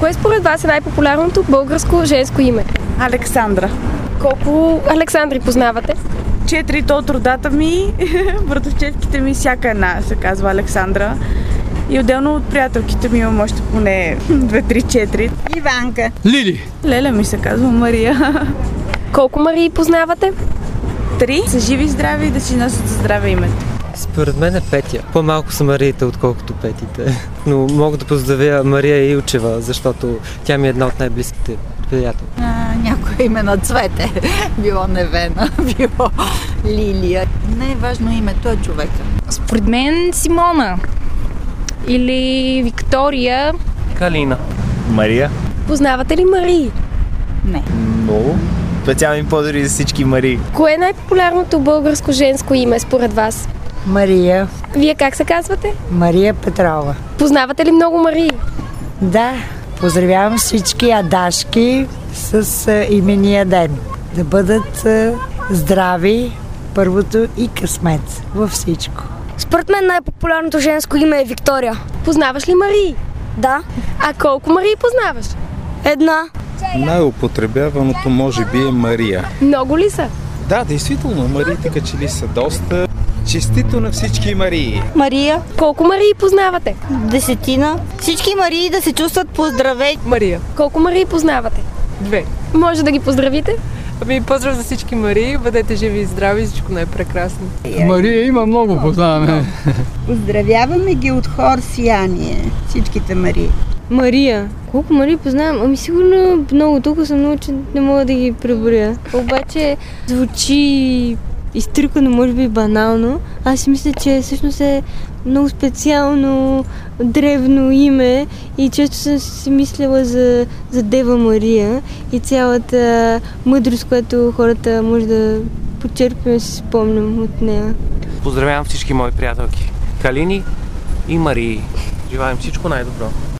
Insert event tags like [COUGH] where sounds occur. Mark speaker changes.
Speaker 1: Кое според вас е най-популярното българско женско име?
Speaker 2: Александра.
Speaker 1: Колко Александри познавате?
Speaker 2: Четирите от родата ми, [LAUGHS] братовчетките ми, всяка една се казва Александра. И отделно от приятелките ми имам още поне [LAUGHS] 2-3-4.
Speaker 3: Иванка.
Speaker 4: Лили.
Speaker 2: Леля ми се казва Мария. [LAUGHS]
Speaker 1: Колко Марии познавате?
Speaker 2: Три са живи и здрави и да си носят за здраве името.
Speaker 5: Според мен е Петя. По-малко са Мариите, отколкото Петите. Но мога да поздравя Мария Илчева, защото тя ми е една от най-близките приятели.
Speaker 3: А, някое име на цвете. [LAUGHS] Било Невена, [LAUGHS] било Лилия. Не е важно името, а човека.
Speaker 6: Според мен Симона или Виктория.
Speaker 7: Калина. Мария.
Speaker 1: Познавате ли Марии?
Speaker 7: Много. Специални поздрави за всички Марии.
Speaker 1: Кое е най-популярното българско женско име според вас?
Speaker 8: Мария.
Speaker 1: Вие как се казвате?
Speaker 8: Мария Петрова.
Speaker 1: Познавате ли много Марии?
Speaker 8: Да, поздравявам всички адашки с а, имения ден. Да бъдат а, здрави първото и късмет във всичко.
Speaker 9: Според мен най-популярното женско име е Виктория.
Speaker 1: Познаваш ли Марии?
Speaker 9: Да.
Speaker 1: А колко Марии познаваш?
Speaker 9: Една.
Speaker 10: Най-употребяваното може би е Мария.
Speaker 1: Много ли са?
Speaker 10: Да, действително, Мариите качели са доста. Честито на всички Марии!
Speaker 9: Мария.
Speaker 1: Колко Марии познавате?
Speaker 9: Десетина. Всички Марии да се чувстват поздравени.
Speaker 11: Мария.
Speaker 1: Колко Марии познавате?
Speaker 11: Две.
Speaker 1: Може да ги поздравите?
Speaker 11: Ами поздрав за всички Марии, бъдете живи и здрави, всичко най-прекрасно.
Speaker 4: Мария има много, познаваме.
Speaker 3: Поздравяваме ги от хор сияние. Всичките Марии.
Speaker 6: Мария. Колко Мария познавам? Ами сигурно много толкова съм много, че не мога да ги преброя. Обаче звучи изтрикано, може би банално. Аз си мисля, че всъщност е много специално древно име и често съм си мислила за, за Дева Мария и цялата мъдрост, която хората може да почерпим, си спомням от нея.
Speaker 7: Поздравявам всички мои приятелки. Калини и Марии. Желаем всичко най-добро.